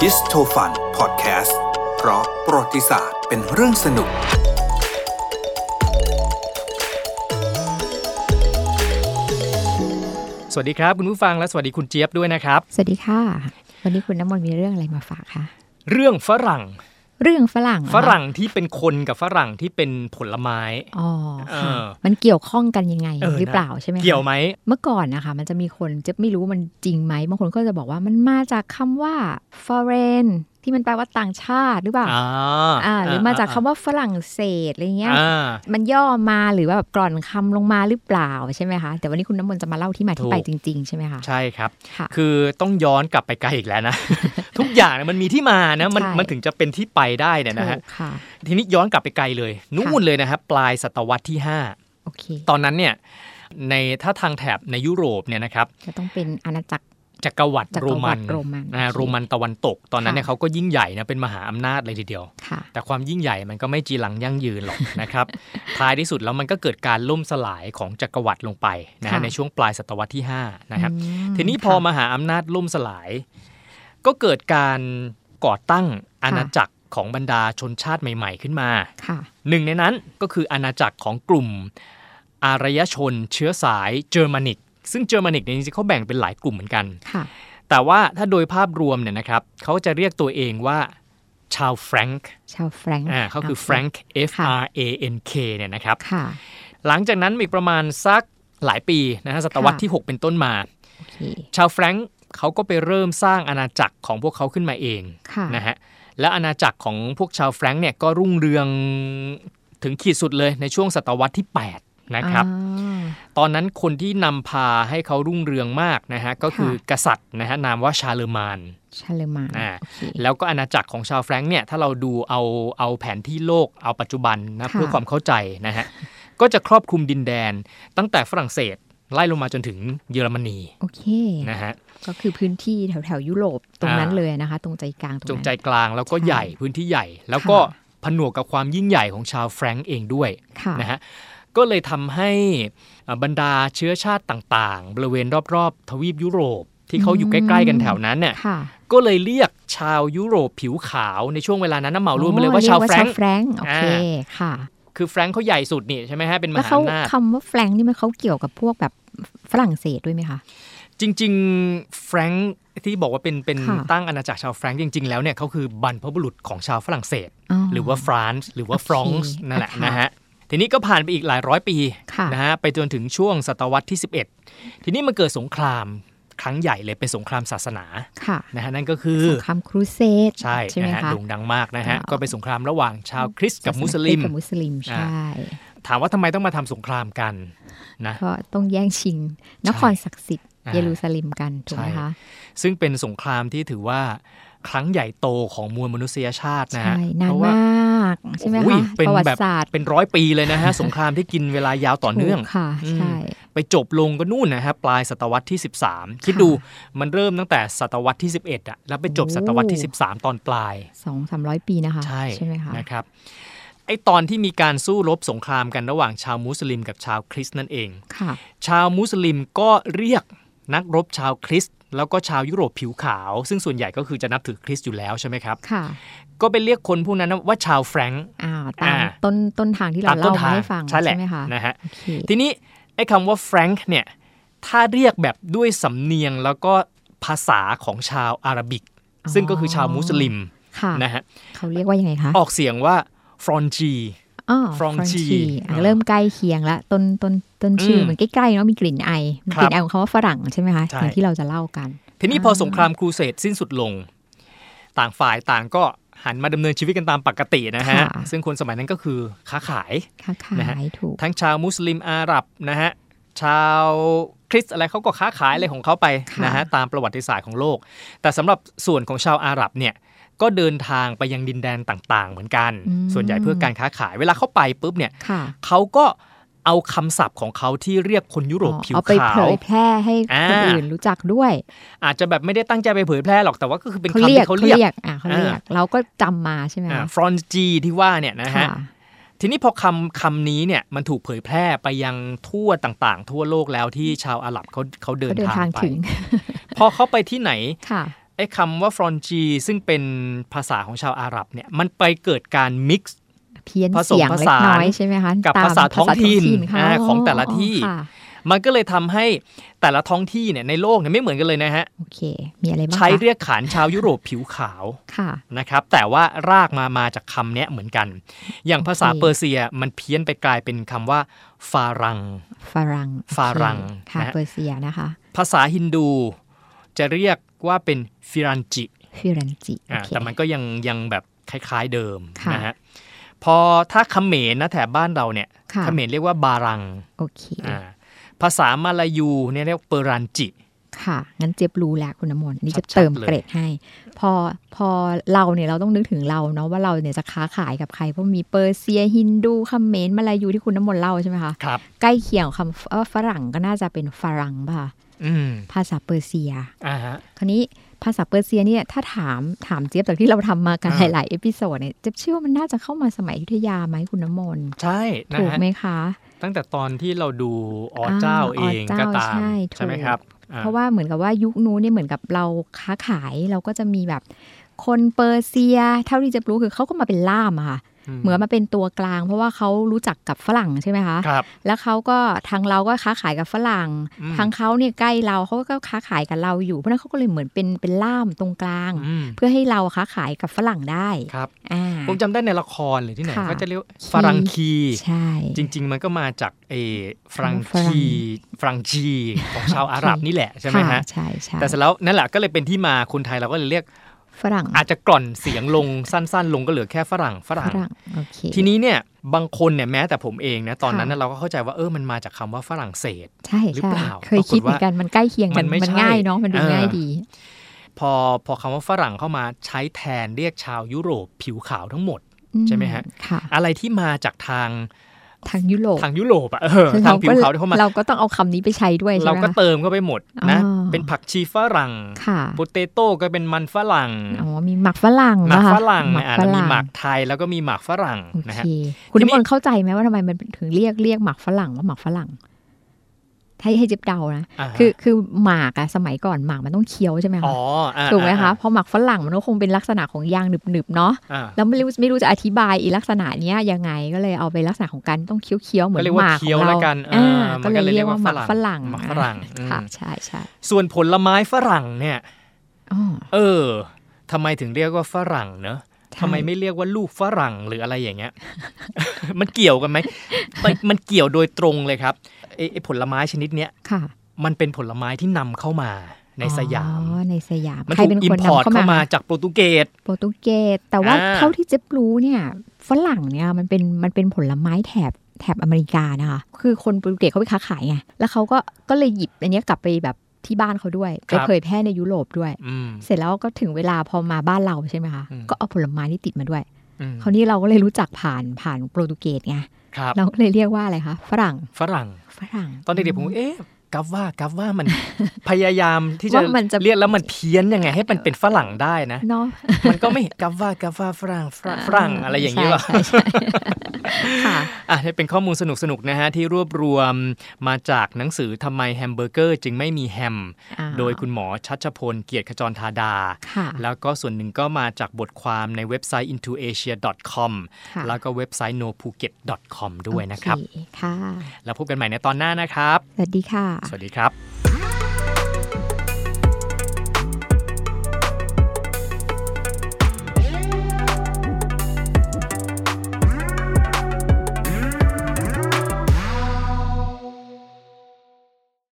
ฮิสโ o ฟันพอดแคสต์เพราะประวัติศาสตร์เป็นเรื่องสนุก สวัสดีครับคุณผู้ฟังและสวัสดีคุณเจี๊ยบด้วยนะครับ สวัสดีค่ะ วันนี้คุณน้ำมนต์มีเรื่องอะไรมาฝากคะ เรื่องฝรั่ง เรื่องฝรั่งเหอ ฝรั่งที่เป็นคนกับฝรั่งที่เป็นผลไม้ อ๋อ เอ ค่ะ อ มันเกี่ยวข้องกันยังไง เออ หรือ นะ เปล่าใช่ไหมคะ เกี่ยวไหม เมื่อก่อนนะคะ มันจะมีคนจะไม่รู้มันจริงไหมบางคนก็จะบอกว่ามันมาจากคำว่า foreign ที่มันแปลว่าต่างชาติหรือเปล่า อ่า อ่าหรือมาจากคำว่าฝรั่งเศสอะไรเงี้ย อ่า มันย่อมาหรือว่าแบบกร่อนคำลงมาหรือเปล่าใช่ไหมคะแต่วันนี้คุณน้ำมนต์จะมาเล่าที่มา ถู ที่ ก ไปจริง ๆ ใช่ไหมคะ ใช่ครับ ค่ะ คือต้องย้อนกลับไปไกลอีกแล้วนะ ทุกอย่างเนี่ยมันมีที่มานะมัน ใช่ มันถึงจะเป็นที่ไปได้เนี่ยนะฮะ ถูกค่ะ ทีนี้ย้อนกลับไปไกลเลย นู่นเลยนะครับปลายศตวรรษที่ โอเค 5 ตอนนั้นเนี่ยในถ้าทางแถบในยุโรปเนี่ยนะครับ จะต้องเป็นอาณาจักร จักรวรรดิ จัก โร รวร มั ร น ดิโรมัน อ่า โอเค โรมันตะวันตก ตอนนั้นเนี่ย ค่ะ เขาก็ยิ่งใหญ่นะเป็นมหาอำนาจเลยทีเดียว ค่ะ แต่ความยิ่งใหญ่มันก็ไม่จีรังยั่งยืนหรอก นะครับ ท้ายที่สุดแล้วมันก็เกิดการล่มสลายของจักรวรรดิลงไปนะฮะ ค่ะ ในช่วงปลายศตวรรษที่ 5 นะครับ อืม ทีนี้พอ ค่ะ มหาอำนาจล่มสลาย ก็เกิดการก่อตั้งอาณาจักรของบรรดาชนชาติใหม่ๆขึ้นมา ค่ะ หนึ่งในนั้นก็คืออาณาจักรของกลุ่มอารยชนเชื้อสายเจอร์มานิก ซึ่งเจอร์มานิกเนี่ยจริงๆเขาแบ่งเป็นหลายกลุ่มเหมือนกัน ค่ะ แต่ว่าถ้าโดยภาพรวมเนี่ยนะครับเขาจะเรียกตัวเองว่าชาวแฟรงค์ ชาวแฟรงค์ อ่าเขาคือ นะะ Frank F ค่ะ R A N K เนี่ยนะครับ ค่ะ หลังจากนั้นอีกประมาณสักหลายปีนะฮะศตวรรษที่ 6 เป็นต้นมา โอเค ชาวแฟรงค์เขาก็ไปเริ่มสร้างอาณาจักรของพวกเขาขึ้นมาเอง ค่ะ นะฮะและอาณาจักรของพวกชาวแฟรงค์เนี่ยก็รุ่งเรืองถึงขีดสุดเลยในช่วงศตวรรษที่ 8 นะครับ อ่า ตอนนั้นคนที่นำพาให้เขารุ่งเรืองมากนะฮะก็คือ ค่ะ กษัตริย์นะฮะนามว่าชาเลอร์มาน ชาเลมาน อ่า โอเค แล้วก็อาณาจักรของชาวแฟรงค์เนี่ยถ้าเราดูเอาเอาแผนที่โลกเอาปัจจุบันนะ ค่ะ เพื่อความเข้าใจนะฮะ ก็จะครอบคลุมดินแดน ตั้งแต่ฝรั่งเศสไล่ลงมาจนถึงเยอรมนี โอเค นะฮะ ก็คือพื้นที่แถวแถวๆยุโรปตรงนั้น อ่า เลยนะคะ ตรงใจกลางตรง จง นั้น ใจกลางแล้วก็ ค่ะ ใหญ่พื้นที่ใหญ่ แล้วก็ ค่ะ ผนวกกับความยิ่งใหญ่ของชาวแฟรงก์เองด้วย ค่ะ นะฮะก็เลยทำให้อ่าบรรดาเชื้อชาติต่างๆ บริเวณรอบๆ ทวีปยุโรป ที่เขาอยู่ อื ใก ม ล้ๆกันแถวนั้นเนี่ย ค่ะ ก็เลยเรียกชาวยุโรปผิวขาวในช่วงเวลานั้นนะเหมารวมไปเลยว่า อ๋อ ชาวแฟรง เก ก์ แฟรงค์โอเค อ่ ค่ะ คือแฟรงค์เขาใหญ่สุดนี่ใช่ไหมฮะ เป็นม แล้ว หา เขา อำนาจ คำว่าแฟรงค์นี่มันเขาเกี่ยวกับพวกแบบฝรั่งเศสด้วยไหมคะ จริงๆแฟรงค์ที่บอกว่าเป็นเป็น ค่ะ ตั้งอาณาจักรชาวแฟรงค์จริง ๆ แล้วเนี่ยเขาคือบรรพบุรุษของชาวฝรั่งเศส หรือว่าฟรานซ์หรือว่า โอเค ฟรองซ์นั่นแหละ ค่ะ นะฮะทีนี้ก็ผ่านไปอีกหลายร้อยปี ค่ะ นะฮะไปจนถึงช่วงศตวรรษที่ 11 ทีนี้มันเกิดสงครามครั้งใหญ่เลยเป็นสงครามศาสนา ค่ะ นะฮะนั่นก็คือ สงครามครูเสด ใช่ ใช่ไหม นะฮะ คะ โด่งดังมากนะฮะ อ่า ก็เป็นสงครามระหว่างชาวคริสต์กับมุสลิม กับมุสลิม อ่า ใช่ ถามว่าทำไมต้องมาทำสงครามกันนะ เพราะต้องแย่งชิง นครศักดิ์สิทธิ์ อ่า เยรูซาเล็มกันถูกไหมคะ ซึ่งเป็นสงครามที่ถือว่าครั้งใหญ่โตของมวลมนุษยชาตินะ ใช่ ฮะ นาน เพระว่ มากใช่ไหม อุ้ย คะ เป็น ประวั แบ ติ บ ศาสตร์ เป็นร้อยปีเลยนะฮ ะ สงครามที่กินเวลายาวต่อเนื่อง ถูกค่ะ อืม ใช่ ไปจบลงก็นู่นนะฮะปลายศตวรรษที่ 13 คิดดูมันเริ่มตั้งแต่ศตวรรษที่ 11อะแล้วไปจบ โอ้ ศตวรรษที่ 13 ตอนปลาย สองสามร้อยปีนะคะ ใช่ ไหมคะ นะครับไอตอนที่มีการสู้รบสงครามกันระหว่างชาวมุสลิมกับชาวคริสต์นั่นเอง ค่ะ ชาวมุสลิมก็เรียกนักรบชาวคริสต์แล้วก็ชาวยุโรปผิวขาว ซึ่งส่วนใหญ่ก็คือจะนับถือคริสต์อยู่แล้วใช่ไหมครับ ค่ะ ก็ไปเรียกคนพวกนั้นว่าชาวแฟรงค์ อ่าตาม อ่า ต้นต้นทางที่เรา ตามต้นทามเล่าาง ให้ฟัง ใช่แหละ ไหมคะ นะฮะ โอเค ทีนี้ไอ้คำว่าแฟรงค์เนี่ยถ้าเรียกแบบด้วยสำเนียงแล้วก็ภาษาของชาวอาหรับิก ซึ่งก็คือชาวมุสลิม ค่ะ นะฮะ เขาเรียกว่ายังไงคะ ออกเสียงว่าฟรอนจี อ๋อ Franchi อ่ะเริ่มใกล้เคียงละต้นต้นต้นชื่อ ม มันใกล้ๆเนาะมีกลิ่นไอมีกลิ่นไอของคำว่าฝรั่งใช่ไหมคะ ใช่ อย่างที่เราจะเล่ากัน ทีนี้พอสงครามครูเสดสิ้นสุดลง ต่างฝ่ายต่างก็หันมาดำเนินชีวิตกันตามปกตินะฮะ ค่ะ ซึ่งคนสมัยนั้นก็คือค้าขาย ค้าข นะฮะ ายถูก ทั้งชาวมุสลิมอาหรับนะฮะชาวคริสต์อะไรเขาก็ค้าขายอะไรของเขาไป ค่ะ นะฮะตามประวัติศาสตร์ของโลก แต่สำหรับส่วนของชาวอาหรับเนี่ยก็เดินทางไปยังดินแดนต่างๆ เหมือนกัน อืม ส่วนใหญ่เพื่อการค้าขายเวลาเข้าไปปุ๊บเนี่ย ค่ะ เขาก็เอาคำศัพท์ของเขาที่เรียกคนยุโรป อ๋อ ผิว เอาไป ขา เผ ว ยแพร่ให้คน อ่า อื่นรู้จักด้วย อาจจะแบบไม่ได้ตั้งใจไปเผยแพร่หรอกแต่ว่าก็คือเป็น เขา คำ เรียก ที่เขาเรียก อ่ะเขาเรีย อ่า ก เราก็จำมาใช่ไหมคะ ฟรอนจีที่ว่าเนี่ยนะฮะ ค่ะ ทีนี้พอคำคำนี้เนี่ยมันถูกเผยแพร่ไปยังทั่วต่างๆ ทั่วโลกแล้วที่ชาวอาหรับเขาเขาเดิ ก็ น เดิน ทางไปทาง ถึง พอเขาไปที่ไหน ค่ะ ไอ้คำว่าฟรอนจีซึ่งเป็นภาษาของชาวอาหรับเนี่ยมันไปเกิดการมิกซ์ เพี้ยน ผสม เสียงเล็กน้อย ผสาน ใช่ไหมคะ กับ ตม ภาษาท้องถิ่น เขา อ่าของแต่ละที่ ค่ะ มันก็เลยทำให้แต่ละท้องที่เนี่ยในโลกเนี่ยไม่เหมือนกันเลยนะฮะ โอเค มีอะไรบ้างคะ ใช้เรียกขานชาวยุโรปผิวขาว ค่ะ นะครับ แต่ว่ารากมามาจากคำเนี้ยเหมือนกัน อย่างภาษา โอเค เปอร์เซียมันเพี้ยนไปกลายเป็นคำว่าฟารัง ฝรั่ง ฝรั่ง โอเคค่ะ นะฮะ เปอร์เซียนะคะ ภาษาฮินดู จะเรียกว่าเป็นฟิรันจิ ฟิเรนจิโอ อ่า เค แต่มันก็ยังยังแบบคล้ายๆเดิม ค่ะ นะฮะพอถ้าเขมรนะแถบบ้านเราเนี่ย ค่ะ เขมรเรียกว่าบารัง โอเค อ่าภาษามาลายูเนี่ยเรียกเปอรันจิ ค่ะ งั้นเจี๊ยบรู้แล้วคุณน้ำมนต์อันนี่จะ ชัดๆ เติม เลย เกรดให้ พอพอเราเนี่ยเราต้องนึกถึงเราเนาะว่าเราเนี่ยจะค้าขายกับใคร เพราะมีเปอร์เซียฮินดูเขมรมาลายูที่คุณน้ำมนต์เล่าใช่ไหมคะ ครับ ใกล้เคียงคำว่าฝรั่งก็น่าจะเป็นฝรั่งป่ะคะ อืม ภาษาเปอร์เซีย อ่าฮะ คราวนี้ภาษาเปอร์เซียเนี่ยถ้าถามถามเจี๊ยบจากที่เราทำมากัน อ่า หลาย ๆ เอพิโซดเนี่ยเจี๊ยบเชื่อว่ามันน่าจะเข้ามาสมัยอยุทธยาไหมคุณน้ำมนต์ ใช่นะ ถูก ฮะ ไหมคะ ตั้งแต่ตอนที่เราดูอ๋อเจ้าเอง อ่าอ๋อเจ้า ก็ตาม ใช่ถูก ไหมครับอ่ เพราะว่าเหมือนกับว่ายุคนู้นเนี่ยเหมือนกับเราค้าขายเราก็จะมีแบบ คนเปอร์เซีย เท่าที่เจะรู้คือเขาก็มาเป็นล่ามอะค่ะเหมือนมาเป็นตัวกลาง เพราะว่าเขารู้จักกับฝรั่งใช่ไหมคะ ครับ แล้วเขาก็ทางเราก็ค้าขายกับฝรั่ง อืม ทางเขาเนี่ยใกล้เราเขาก็ค้าขายกับเราอยู่เพราะฉะนั้นเขาก็เลยเหมือนเป็นเป็นล่ามตรงกลาง อืม เพื่อให้เราค้าขายกับฝรั่งได้ ครับ อ่า ผมจำได้ในละครหรือที่ไหน ค่ะ ก็จะเรียกว่าฝรั่งคี ใช่ จริง ๆ มันก็มาจากเออฝรั่ง ฝรั่ง คีฝรั่งชีของชาวอาหรับนี่แหละใช่ไหม ค่ ฮะ ใช่ใช่ แต่เสร็จแล้วนั่นแหละก็เลยเป็นที่มาคนไทยเราก็เลยเรียก ฝรั่ง อาจจะกล่อนเสียงลงสั้น ๆ ลงก็เหลือแค่ฝรั่งฝ ฝ รั่ง รั่งโอเค ทีนี้เนี่ยบางคนเนี่ยแม้แต่ผมเองนะตอนนั้น ค่ะ น่ะเราก็เข้าใจว่าเออมันมาจากคำว่าฝรั่งเศส ใช่ หรือ ใช่ เปล่า เคยคิดเหมือนกันมันใกล้เคียงกัน มันไม่ใช่ ง่ายเนาะมันดู เออ ง่ายดี พอพอคำว่าฝรั่งเข้ามาใช้แทนเรียกชาวยุโรปผิวขาวทั้งหมด ใช่ไหมฮะ อืค่ะ อะไรที่มาจากทาง ทางยุโรป ทางยุโรปอะเออทางผิวขาวที่เข้ามา เราก็ต้องเอาคำนี้ไปใช้ด้วยใช่ เรา ไหม ก็ คะ เติมเข้าไปหมดนะ อ๋อ เป็นผักชีฝรั่ง ค่ะ โปเตโต้ก็เป็นมันฝรั่ง อ๋อมีหมักฝรั่ง หมาก นะคะ ฝรั่ง หมัก อ่ะ ฝ แล้วมี รั่ง หมากไทยแล้วก็มีหมากฝรั่ง โอ นะ เค ฮะ คุณ ทีนี้ น้ำมนต์เข้าใจไหมว่าทำไมมันถึงเรียกเรียกหมักฝรั่งว่าหมักฝรั่งให้ให้เจ็บเดานะ อ่าฮะ คือคือหมากอะสมัยก่อนหมากมันต้องเคี้ยวใช่ไหม อ๋อคะอ่า ถูกไหมคะ อ่า พอหมักฝรั่งมันก็คงเป็นลักษณะของยางหนึบๆเนาะ อ่า แล้วไม่รู้ไม่รู้จะอธิบายอีลักษณะเนี้ยยังไงก็เลยเอาไปลักษณะของการต้องเคี้ยวๆเหมือน ก็เรียกว่า หมาก เคี้ ข ย อ วแล้งเรา วกัน อ่า อ่ามั ก็ นก็เลเลยย เรียกว่าหมากฝ ฝรั่ รั่งงหมากฝรั่งอืม ค่ะใช่ใช่ ส่วนผลไม้ฝรั่งเนี่ย อ๋อ เออทำไมถึงเรียกว่าฝรั่งเนอะ ใช่ ทำไมไม่เรียกว่าลูกฝรั่งหรืออะไรอย่างเงี้ย มันเกี่ยวกันไหมมันมันเกี่ยวโดยตรงเลยครับไอ้ไอ้ผลไม้ชนิดเนี้ย ค่ะ มันเป็นผลไม้ที่นำเข้ามาในสยาม อ๋อในสยาม มัน ใคร ถูก เป็น อิ คน น พอร์ต นำเข้า เข้ามา มา จากโปรตุเกส โปรตุเกสแต่ว่า อ่า เท่าที่เจ๊บรู้เนี่ยฝรั่งเนี่ยมันเป็นมันเป็นผลไม้แถบแถบอเมริกานะคะคือคนโปรตุเกสเขาไปค้าขายไงแล้วเขาก็ก็เลยหยิบอันเนี้ยกลับไปแบบที่บ้านเขาด้วยไปเผยแพร่ในยุโรปด้วย อืม เสร็จแล้วก็ถึงเวลาพอมาบ้านเราใช่ไหมคะ อืม ก็เอาผลไม้ที่ติดมาด้วย อืม คราวนี้เราก็เลยรู้จักผ่านผ่านโปรตุเกสไง ครับ เราก็เลยเรียกว่าอะไรคะฝรั่ง ฝรั่ง ฝรั่ง ตอนเด็กๆผมเอ๊ะกัฟว่ากัฟว่ามัน พยายามที่ ว่ามันจะ เรียกแล้วมันเพี้ยนยังไง ให้มันเป็นฝรั่งได้นะ เนาะ มันก็ไม่กัฟว่ากัฟว่าฝรั่งฝรั่งฝรั่งอะไรอย่างเงี้ยหรอ ใช่ใช่ใช่ค่ะ อ่ะนี่เป็นข้อมูลสนุกๆนะฮะที่รวบรวมมาจากหนังสือทำไมแฮมเบอร์เกอร์จึงไม่มีแฮม อ่า โดยคุณหมอชัชพลเกียรติขจรธาดา ค่ะ แล้วก็ส่วนหนึ่งก็มาจากบทความในเว็บไซต์ intoasia.com ค่ะ แล้วก็เว็บไซต์ nophuket.com ด้วยนะครับ โอเค่ะ แล้วพบกันใหม่ในตอนหน้านะครับ สวัสดีค่ะ สวัสดีครับ